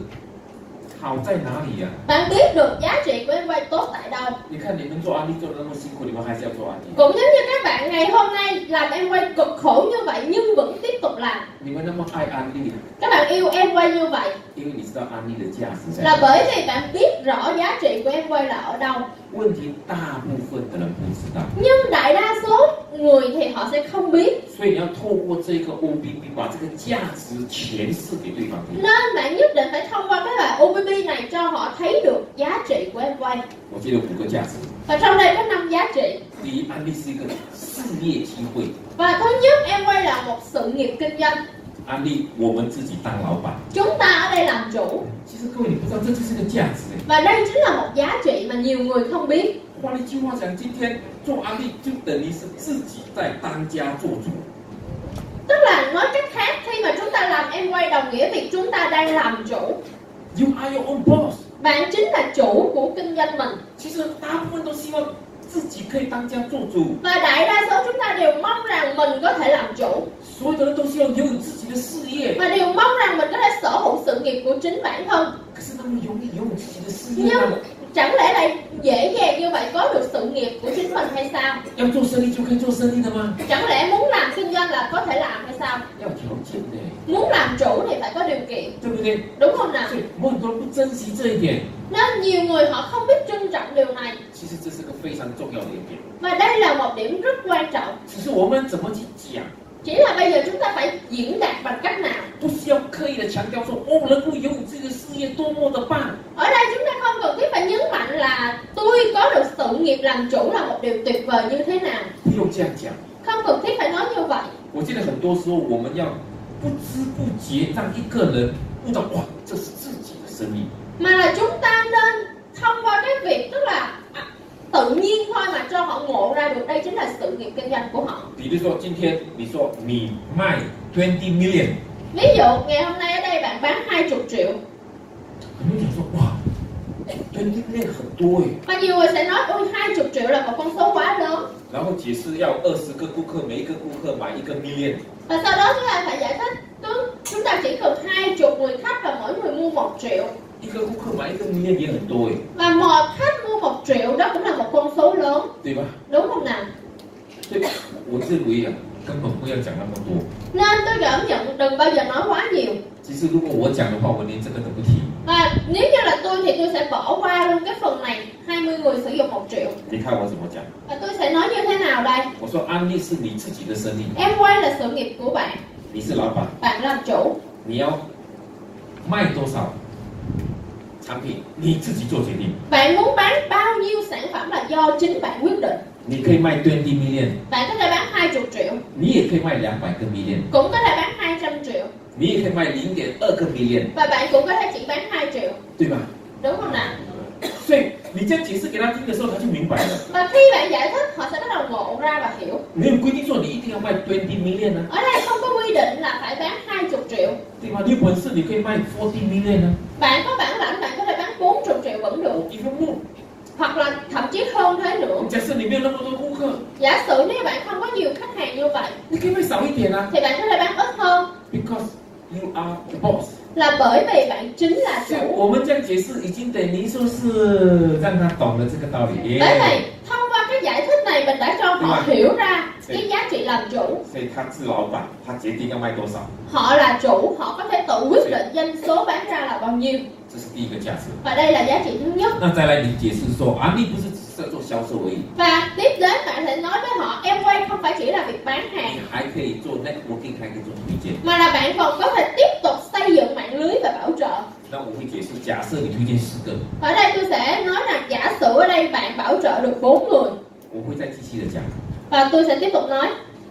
Speaker 2: 好在哪里呀、啊
Speaker 1: bạn biết được giá trị của em quay tốt tại đâu
Speaker 2: 你看你们做安利做的那么辛苦，你们还是要做安利。
Speaker 1: cũng giống như các bạn ngày hôm nay làm em quay cực khổ như vậy nhưng vẫn tiếp tục làm
Speaker 2: 你们那么爱安利，
Speaker 1: các bạn yêu em quay như vậy
Speaker 2: 因为你知道安利的价值在哪
Speaker 1: là
Speaker 2: 里。
Speaker 1: bởi vì bạn biết rõ giá trị của em quay là ở đâu
Speaker 2: 问题大部分的人不知道，
Speaker 1: nhưng đại đa số người thì họ sẽ không biết
Speaker 2: 所以你要透过这个 OBB 把这个价值诠释给对方听。
Speaker 1: nên bạn nhất định phải thông qua cái bài OBB này cho họ thấy được giá trị của em quay
Speaker 2: 我记得五个价值，
Speaker 1: và trong đây có năm giá trị
Speaker 2: 第一，安利是一个事业机会，
Speaker 1: và thứ nhất em quay là một sự nghiệp kinh doanh
Speaker 2: 安利我们自己当老板。
Speaker 1: chúng ta ở đây làm chủ
Speaker 2: 其实各位你不知道，这就是个价值哎。
Speaker 1: và đây chính là một giá trị mà nhiều người không biết
Speaker 2: 换一句话讲，今天做安利就等于是自己在当家做主，
Speaker 1: tức là nói cách khác khi mà chúng ta làm em quay đồng nghĩa việc chúng ta đang làm chủ
Speaker 2: ，You are your own boss。
Speaker 1: bạn chính là chủ của kinh doanh mình
Speaker 2: 其实大部分都希望自己可以当家做主，
Speaker 1: và đại đa số chúng ta đều mong rằng mình có thể làm chủ
Speaker 2: 所有的人都希望拥有自己的事业。
Speaker 1: và đều mong rằng mình có thể sở hữu sự nghiệp của chính bản thân
Speaker 2: 可是那么容易拥有自己的事业吗
Speaker 1: nhưng？chẳng lẽ lại dễ dàng như vậy có được sự nghiệp của chính mình hay sao
Speaker 2: 要做生意就可以做生意的吗？
Speaker 1: chẳng lẽ muốn làm kinh doanh là có thể làm hay sao
Speaker 2: 要条件的，
Speaker 1: muốn làm chủ thì phải có điều kiện
Speaker 2: 对不对？
Speaker 1: đúng không nào
Speaker 2: 所以我们很多人不珍惜这一点。
Speaker 1: nên nhiều người họ không biết trân trọng điều này
Speaker 2: 其实这是个非常重要的一点，
Speaker 1: và đây là một điểm rất quan trọng
Speaker 2: 只是我们怎么去讲，
Speaker 1: chỉ là bây giờ chúng ta phải diễn đạt bằng cách nào
Speaker 2: 不需要刻意的强调说哦，能够拥有自己的事业多么的棒。
Speaker 1: ở đây chúng ta không cần thiết phải nhấn mạnh là tôi có được sự nghiệp làm chủ là một điều tuyệt vời như thế nào
Speaker 2: 不用这样讲。
Speaker 1: không cần thiết phải nói như vậy
Speaker 2: 我记得很多时候我们要不知不觉让一个人悟到哇，这是自己的生意。
Speaker 1: mà là chúng ta nên thông qua cái việc tức là à, tự nhiên thôi mà cho họ ngộ ra được đây chính là sự nghiệp kinh doanh của họ
Speaker 2: 比如说今天你说你卖 twenty million，
Speaker 1: ví dụ ngày hôm nay ở đây bạn bán 20 triệu
Speaker 2: 很多人讲说哇，twenty 哎 million 很多哎。
Speaker 1: và nhiều người sẽ nói ôi 20 triệu là một con số quá lớn
Speaker 2: 然后解释要二十个顾客，每一个顾客买一个 million，
Speaker 1: và sau đó chúng ta phải giải thích cứ chúng ta chỉ cần 20 người khách và mỗi người mua 1 triệu
Speaker 2: 一个顾客买一个 million 也很多哎，
Speaker 1: và một khách mua 1 triệu đó cũng là một con số lớn
Speaker 2: 对吧？
Speaker 1: đúng không nào
Speaker 2: 对，我认为啊，根本不要讲那么多。
Speaker 1: nên tôi cảm nhận đừng bao giờ nói quá nhiều
Speaker 2: 其实如果我讲的话，我连这个都不提。
Speaker 1: và nếu như là tôi thì tôi sẽ bỏ qua luôn cái phần này 20 người sử dụng 1 triệu
Speaker 2: 你看我怎么讲？
Speaker 1: và tôi sẽ nói như thế nào đây
Speaker 2: 我说安利是你自己的生意，
Speaker 1: em quay là sự nghiệp của bạn
Speaker 2: 你是老板，
Speaker 1: bạn làm chủ
Speaker 2: 你要卖多少产品，你自己做决定。
Speaker 1: bạn muốn bán bao nhiêu sản phẩm là do chính bạn quyết định
Speaker 2: 你可以卖 twenty million，
Speaker 1: bạn có thể bán 20 triệu
Speaker 2: 你也可以卖两百个 million，
Speaker 1: cũng có thể bán 200 triệu
Speaker 2: 你也可以卖零点二个 million，
Speaker 1: và bạn cũng có thể chỉ bán 2 triệu
Speaker 2: 对吧？
Speaker 1: đúng không nào
Speaker 2: 所以你这样解释给他听的时候，他就明白了。
Speaker 1: và khi bạn giải thích họ sẽ bắt đầu ngộ ra và hiểu
Speaker 2: 没有规定说你一定要卖 twenty million 啊，
Speaker 1: ở đây không có quy định là phải bán 20 triệu
Speaker 2: 对吗？你有本事你可以卖 forty million 啊，
Speaker 1: bạn có bản lãnh bạn có thể bán 40 triệu vẫn được
Speaker 2: 一个木。
Speaker 1: hoặc là thậm chí hơn thế nữa
Speaker 2: 假设你没有那么多顾客，
Speaker 1: giả sử nếu bạn không có nhiều khách hàng như vậy
Speaker 2: 你可以卖少一点啊
Speaker 1: thì bạn có thể bán ít hơn
Speaker 2: ，because you are the boss。
Speaker 1: là bởi vì bạn chính là
Speaker 2: 所以
Speaker 1: chủ
Speaker 2: 我们这样解释，已经等于说是让他懂了这个道理。耶
Speaker 1: bởi vì thông qua cái giải thích này mình đã cho họ hiểu ra cái giá trị làm chủ
Speaker 2: 所以他是老板，他决定要卖多少，
Speaker 1: họ là chủ họ có thể tự quyết định doanh số bán ra là bao nhiêu
Speaker 2: 这是第一个价值。
Speaker 1: và đây là giá trị thứ nhất
Speaker 2: 那再来你解释说啊，你不是只是在做销售而已，
Speaker 1: và tiếp đến bạn sẽ nói với họ em quay không phải chỉ là việc bán hàng
Speaker 2: 你还可以做 networking，还可以做推荐。
Speaker 1: mà là bạn còn có thể tiếp tục xây dựng mạng lưới và bảo trợ
Speaker 2: 那我会解释，假设你推荐十个，
Speaker 1: ở đây tôi sẽ nói rằng giả sử ở đây bạn bảo trợ được bốn người
Speaker 2: 我会再继续的讲，
Speaker 1: và tôi sẽ tiếp tục nói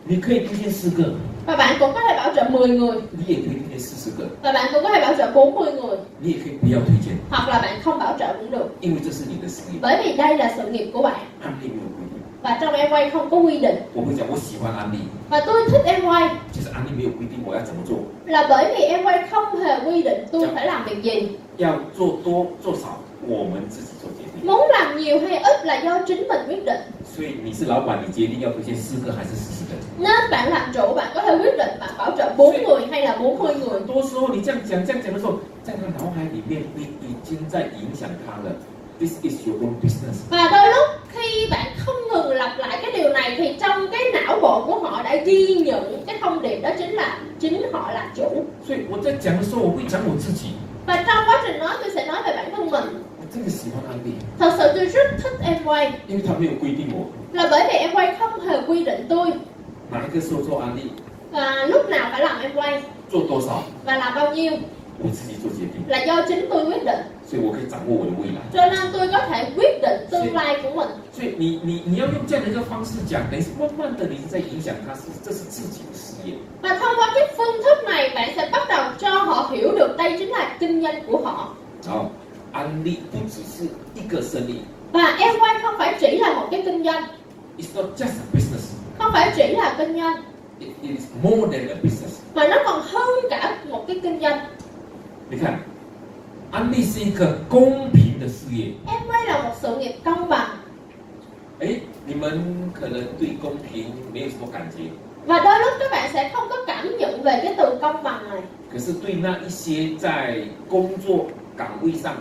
Speaker 2: 你可以推荐四个，
Speaker 1: và bạn cũng có thể bảo trợ 10 người
Speaker 2: 你也可以推荐四十个，
Speaker 1: và bạn cũng có thể bảo trợ 40 người
Speaker 2: 你也可以不要推荐，
Speaker 1: hoặc là bạn không bảo trợ cũng được
Speaker 2: 因为这是你的事业，
Speaker 1: bởi vì đây là sự nghiệp của bạn
Speaker 2: 安利没有规定。
Speaker 1: và trong em quay không có quy định
Speaker 2: 我会讲，我喜欢安利，
Speaker 1: và tôi thích em quay
Speaker 2: 就是安利没有规定我要怎么做，
Speaker 1: là bởi vì em quay không hề quy định tôi phải làm việc gì
Speaker 2: 要做多做少，我们自己做决定。
Speaker 1: muốn làm nhiều hay ít là do chính mình quyết định
Speaker 2: 所以你是老板，你决定要推荐四个还是四十个。
Speaker 1: nên bạn làm chủ bạn có thể quyết định bạn bảo trợ 4 người hay là 40 người
Speaker 2: 很多时候你这样讲、这样讲的时候，在他脑海里面，你已经在影响他了。This is your own business。
Speaker 1: Và đôi lúc khi bạn không ngừng lặp lại cái điều này thì trong cái não bộ của họ đã ghi nhận cái thông điệp đó chính là chính họ là chủ.
Speaker 2: 所以我在讲的时候，我会讲我自己。
Speaker 1: Và trong quá trình nói tôi sẽ nói về bản thân mình.
Speaker 2: 我真的喜欢安利，
Speaker 1: Thật sự tôi rất thích em quay
Speaker 2: 因为他没有规定我
Speaker 1: là bởi vì em quay không hề quy định tôi
Speaker 2: 哪一个时候做安利，
Speaker 1: và lúc nào phải làm em quay
Speaker 2: 做多少，
Speaker 1: và làm bao nhiêu
Speaker 2: 我自己做决定，
Speaker 1: là do chính tôi quyết định.
Speaker 2: 所以我可以掌握我的未来。
Speaker 1: Cho nên tôi có thể quyết định tương lai của mình.
Speaker 2: 所以你你你要用这样的一个方式讲，等于是慢慢的你在影响他是这是自己的事业，
Speaker 1: Và thông qua cái phương thức này bạn sẽ bắt đầu cho họ hiểu được đây chính là kinh doanh của họ.
Speaker 2: 然后安利不只是一个生意
Speaker 1: Và em quay không phải chỉ là một cái kinh doanh
Speaker 2: ，it's not just a business。
Speaker 1: Không phải chỉ là kinh doanh
Speaker 2: It it is more than a business。
Speaker 1: Mà nó còn hơn cả một cái kinh doanh
Speaker 2: 你看，安利是一个公平的事业。
Speaker 1: Em quay là một sự nghiệp công bằng
Speaker 2: 哎，你们可能对公平没有什么感觉，
Speaker 1: Và đôi lúc các bạn sẽ không có cảm nhận về cái từ công bằng này
Speaker 2: 可是对那一些在工作岗位上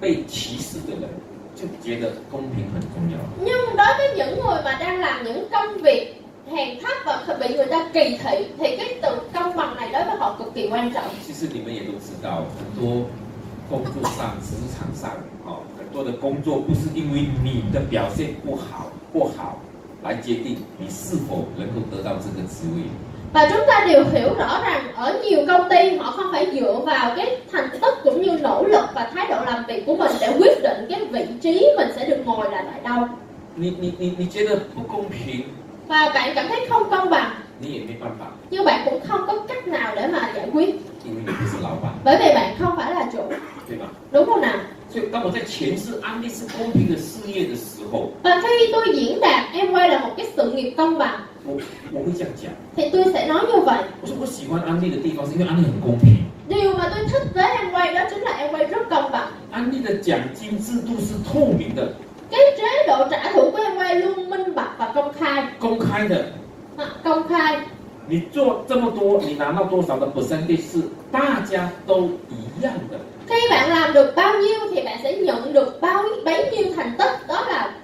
Speaker 2: 被歧视的人，就觉得公平很重要。
Speaker 1: Nhưng đối với những người mà đang làm những công việc hèn thấp và bị người ta kỳ thị Thì cái từ công bằng này đối với họ cực kỳ quan trọng
Speaker 2: 其实你们也都知道，很多工作上、职场上，哦，很多的工作不是因为你的表现不好不好来决定你是否能够得到这个职位。
Speaker 1: Và chúng ta đều hiểu rõ rằng ở nhiều công ty họ không phải dựa vào cái thành tích cũng như nỗ lực và thái độ làm việc của mình để quyết định cái vị trí mình sẽ được ngồi là tại đâu
Speaker 2: 你你你你觉得不公平，
Speaker 1: và bạn cảm thấy không công bằng
Speaker 2: 你也没办法，
Speaker 1: nhưng bạn cũng không có cách nào để mà giải quyết
Speaker 2: 因为你不是老板，
Speaker 1: bởi vì bạn không phải là chủ
Speaker 2: 对吧？
Speaker 1: đúng không nào
Speaker 2: 所以当我在诠释安利是公平的事业的时候，
Speaker 1: và khi tôi diễn đạt em quay là một cái sự nghiệp công bằng
Speaker 2: 我我会这样讲，
Speaker 1: thì tôi sẽ nói như vậy
Speaker 2: 我说我喜欢安利的地方是因为安利很公平，
Speaker 1: điều mà tôi thích với em quay đó chính là em quay rất công bằng
Speaker 2: 安利的奖金制度是透明的、
Speaker 1: cái chế độ trả thù của em quay luôn minh bạch và công khai
Speaker 2: 公开的，
Speaker 1: à, công khai
Speaker 2: 你做这么多，你拿到多少的 percentage 是大家都一样的，
Speaker 1: khi bạn làm được bao nhiêu thì bạn sẽ nhận được bao bấy nhiêu thành tích đó là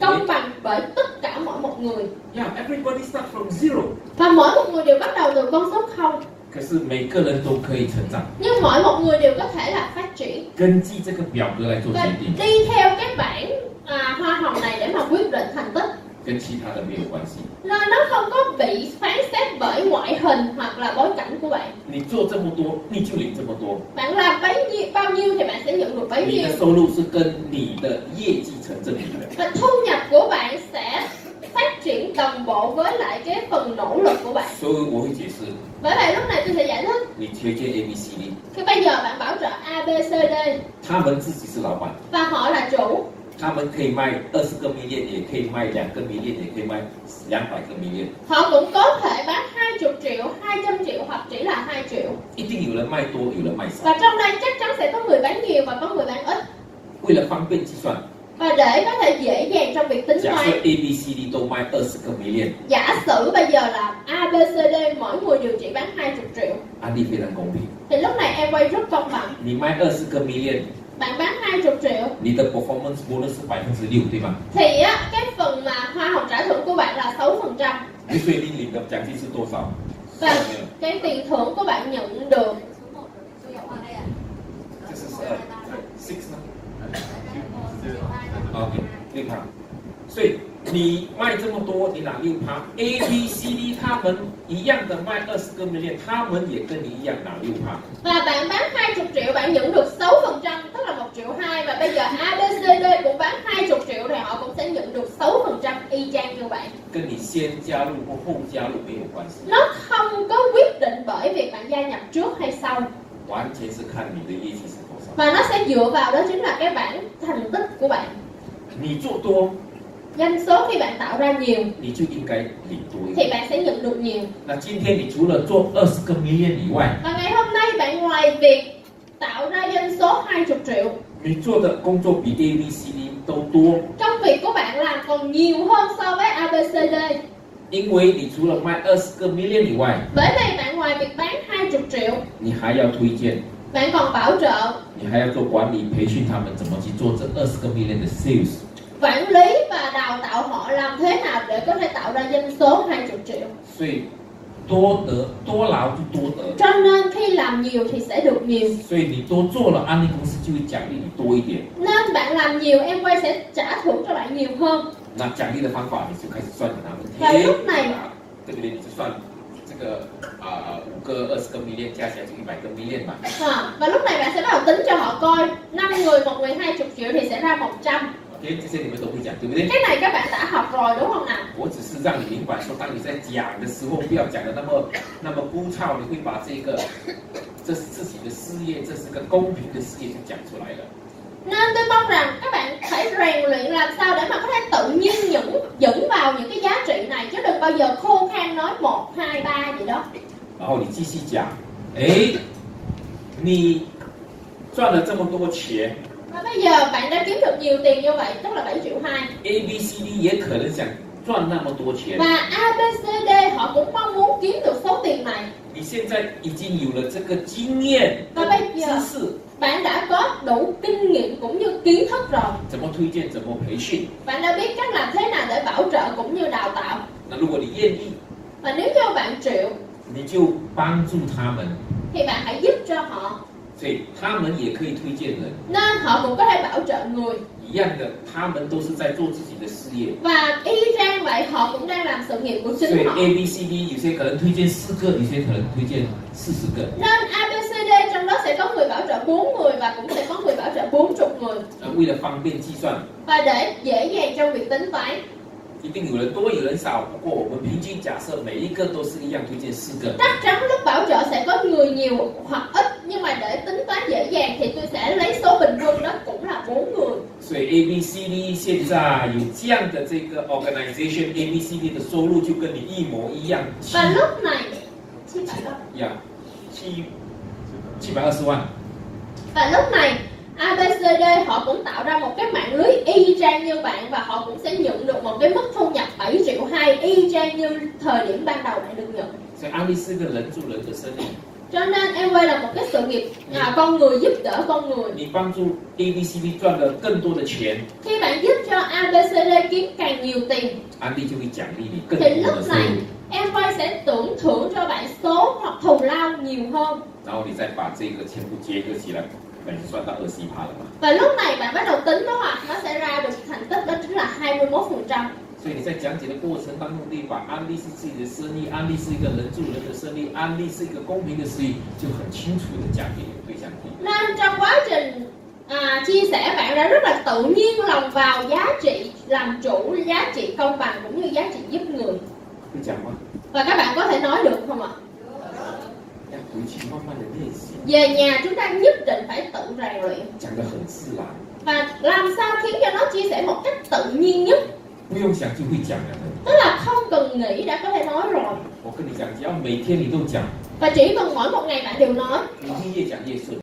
Speaker 1: công bằng bởi tất cả mỗi một người
Speaker 2: Yeah, everybody start from zero，
Speaker 1: và mỗi một người đều bắt đầu từ con số không
Speaker 2: 可是每个人都可以成长，
Speaker 1: nhưng mỗi một người đều có thể là phát triển
Speaker 2: 根据这个表格来做决
Speaker 1: và
Speaker 2: 定，
Speaker 1: đi theo cái bản à, hoa hồng này để mà quyết định thành tích
Speaker 2: 跟其他的没有关系。
Speaker 1: nên nó không có bị phán xét bởi ngoại hình hoặc là bối cảnh của bạn
Speaker 2: 你做这么多，你就领这么多。
Speaker 1: bạn làm bấy nhiêu bao nhiêu thì bạn sẽ nhận được bấy
Speaker 2: 你
Speaker 1: nhiêu
Speaker 2: 的收入是跟你的业绩成正比的。
Speaker 1: và thu nhập của bạn sẽ đồng bộ với lại cái phần nỗ lực của bạn
Speaker 2: 所以我会解释，
Speaker 1: bởi vậy lúc này tôi sẽ giải thích
Speaker 2: 你推荐 A、B、C、D，
Speaker 1: khi bây giờ bạn bảo trợ A B C D
Speaker 2: 他们自己是老板，
Speaker 1: và họ là chủ
Speaker 2: 他们可以卖二十个 million，也可以卖两个 million，也可以卖两百个 million，
Speaker 1: họ cũng có thể bán 20 triệu 200 triệu hoặc chỉ là 2 triệu
Speaker 2: 一定有人卖多，有人卖少。
Speaker 1: và trong đây chắc chắn sẽ có người bán nhiều và có người bán ít
Speaker 2: 为了方便计算，
Speaker 1: và để có thể dễ dàng trong việc tính
Speaker 2: 假
Speaker 1: toán
Speaker 2: 设 A、B、C、D 都卖二十个 million，
Speaker 1: giả sử bây giờ là A B C D mỗi người đều chỉ bán 20 triệu
Speaker 2: 安利非常公平。
Speaker 1: thì lúc này em quay rất công bằng
Speaker 2: 你卖二十个 million，
Speaker 1: bạn bán 20 triệu
Speaker 2: 你的 performance bonus 是百分之六，对吗？
Speaker 1: thì á, cái phần mà hoa hồng trả thưởng của bạn là 6%
Speaker 2: 你最领领的奖金是多少？
Speaker 1: và cái tiền thưởng của bạn nhận được
Speaker 2: 这是十二，six 呢？OK，六趴。所以你卖这么多，你拿六趴，A、B、C、D 他们一样的卖二十个 million，他们也跟你一样拿六趴。
Speaker 1: và bạn bán 20 triệu bạn nhận được 6% tức là 1 triệu 2 và bây giờ ABCD cũng bán 20 triệu thì họ cũng sẽ nhận được 6% y chang như vậy
Speaker 2: 跟你先加入或后加入没有关系，
Speaker 1: nó không có quyết định bởi việc bạn gia nhập trước hay sau
Speaker 2: 完全是看你的业绩是多少。
Speaker 1: và nó sẽ dựa vào đó chính là cái bản thành tích của bạn
Speaker 2: 你做多，
Speaker 1: doanh số khi bạn tạo ra nhiều
Speaker 2: 你就应该领多一点。
Speaker 1: thì bạn sẽ nhận được nhiều
Speaker 2: 那今天你除了做二十个 million 以外，
Speaker 1: và ngày hôm nay bạn ngoài việc tạo ra doanh số 20 triệu
Speaker 2: 你做的工作比 A、B、C、D 都多，
Speaker 1: công việc của bạn làm còn nhiều hơn so với ABCD
Speaker 2: 因为你除了卖二十个 million 以外，
Speaker 1: bởi vì bạn ngoài việc bán 20 triệu
Speaker 2: 你还要推荐，
Speaker 1: bạn còn bảo trợ
Speaker 2: 你还要做管理培训他们怎么去做这二十个 million 的 sales。
Speaker 1: quản lý và đào tạo họ làm thế nào để có thể tạo ra doanh số 20 triệu
Speaker 2: 所以多得多劳就多得，
Speaker 1: cho nên khi làm nhiều thì sẽ được nhiều
Speaker 2: 所以你多做了，安利公司就会奖励你多一点。
Speaker 1: nên bạn làm nhiều em quay sẽ trả thưởng cho bạn nhiều hơn
Speaker 2: 那奖励的方法你就开始算你拿问题，
Speaker 1: 那又来
Speaker 2: 啊对不对？你就算这个啊五、个二十个 million 加起来就一百个 million 嘛。
Speaker 1: à, và lúc này bạn sẽ bắt đầu tính cho họ coi 5 người một người 20 triệu thì sẽ ra 100
Speaker 2: OK，这些你们都会讲，对不对？
Speaker 1: cái này các bạn đã học rồi đúng không nào
Speaker 2: 我只是让你明白说，当你在讲的时候，不要讲的那么那么枯燥，你会把这个这是自己的事业，这是个公平的事业，就讲出来了。
Speaker 1: Nên tôi mong rằng các bạn phải rèn luyện làm sao để mà có thể tự nhiên những dẫn vào những cái giá trị này chứ đừng bao giờ khô khan nói 1, 2, 3 gì đó.
Speaker 2: 然后你继续讲，哎，你赚了这么多钱
Speaker 1: Và bây giờ bạn đã kiếm được nhiều tiền như vậy, tức là 7 triệu 2.
Speaker 2: ，A、B、C、D 也可能想赚那么多钱。
Speaker 1: Và ABCD họ cũng mong muốn kiếm được số tiền này.
Speaker 2: 你现在已经有了这个经验、
Speaker 1: Và bây
Speaker 2: 知
Speaker 1: giờ
Speaker 2: 识，
Speaker 1: bạn đã có đủ kinh nghiệm cũng như kiến thức rồi.
Speaker 2: 怎么推荐、怎么培训。
Speaker 1: Bạn đã biết cách làm thế nào để bảo trợ cũng như đào tạo.
Speaker 2: 那如果你愿意，
Speaker 1: Và nếu như bạn chịu
Speaker 2: 你就帮助他们，
Speaker 1: thì bạn hãy giúp cho họ.
Speaker 2: 所以他们也可以推荐人。
Speaker 1: Nên họ cũng có thể bảo trợ người.
Speaker 2: 一样的，他们都是在做自己的事业，
Speaker 1: và y chang vậy họ cũng đang làm sự nghiệp của
Speaker 2: 所以
Speaker 1: chính họ
Speaker 2: A、B、C、D 有些可能推荐四个，有些可能推荐四十个。
Speaker 1: nên ABCD trong đó sẽ có người bảo trợ 4 người và cũng sẽ có người bảo trợ 40 người
Speaker 2: 那呃为了方便计算，
Speaker 1: và để dễ dàng trong việc tính toán
Speaker 2: 一定有人多，有人少。不过我们平均假设每一个都是一样推荐四个，
Speaker 1: chắc chắn lúc bảo trợ sẽ có người nhiều hoặc ít nhưng mà để tính toán dễ dàng thì tôi sẽ lấy số bình quân đó cũng là 4 người
Speaker 2: 所以 A、B、C、D 现在有这样的这个 organization，A、B、C、D 的收入就跟你一模一样，七
Speaker 1: và lúc này Chị bảo đó.
Speaker 2: 呀，七七百二十万。
Speaker 1: và lúc này ABCD họ cũng tạo ra một cái mạng lưới y chang như bạn và họ cũng sẽ nhận được một cái mức thu nhập 7 triệu 2 y chang như thời điểm ban đầu bạn được nhận
Speaker 2: 所以安利是个人助人的生意，
Speaker 1: Cho nên em quay là một cái sự nghiệp à, con người giúp đỡ con người.
Speaker 2: 你帮助 A、B、C、D 赚了更多的钱，
Speaker 1: Khi bạn giúp cho ABCD kiếm càng nhiều tiền
Speaker 2: 安利就会奖励你更多
Speaker 1: thì lúc
Speaker 2: 的收
Speaker 1: này
Speaker 2: 入，
Speaker 1: em quay sẽ tưởng thưởng cho bạn số hoặc thù lao nhiều hơn
Speaker 2: 然后你再把这个全部结合起来，那你就算到二十一趴了嘛。
Speaker 1: và lúc này bạn bắt đầu tính đó hoặc nó sẽ ra được thành tích đó chính là 21%
Speaker 2: 所以你在讲解的过程当中，你把安利是自己的生意，安利是一个人助人的生意，安利是一个公平的生意，就很清楚的讲给你的对象听。
Speaker 1: nên trong quá trình à, chia sẻ bạn đã rất là tự nhiên lòng vào giá trị làm chủ giá trị công bằng cũng như giá trị giúp người
Speaker 2: 会讲吗？
Speaker 1: và các bạn có thể nói được không ạ
Speaker 2: 要回去慢慢的练习，
Speaker 1: về nhà chúng ta nhất định phải tự rèn luyện
Speaker 2: 讲的很自然，
Speaker 1: và làm sao khiến cho nó chia sẻ một cách tự nhiên nhất
Speaker 2: 不用想就会讲了的。
Speaker 1: tức là không cần nghĩ đã có thể nói rồi
Speaker 2: 我跟你讲，只要每天你都讲，
Speaker 1: và chỉ cần mỗi một ngày bạn đều nói
Speaker 2: 你会越讲越顺。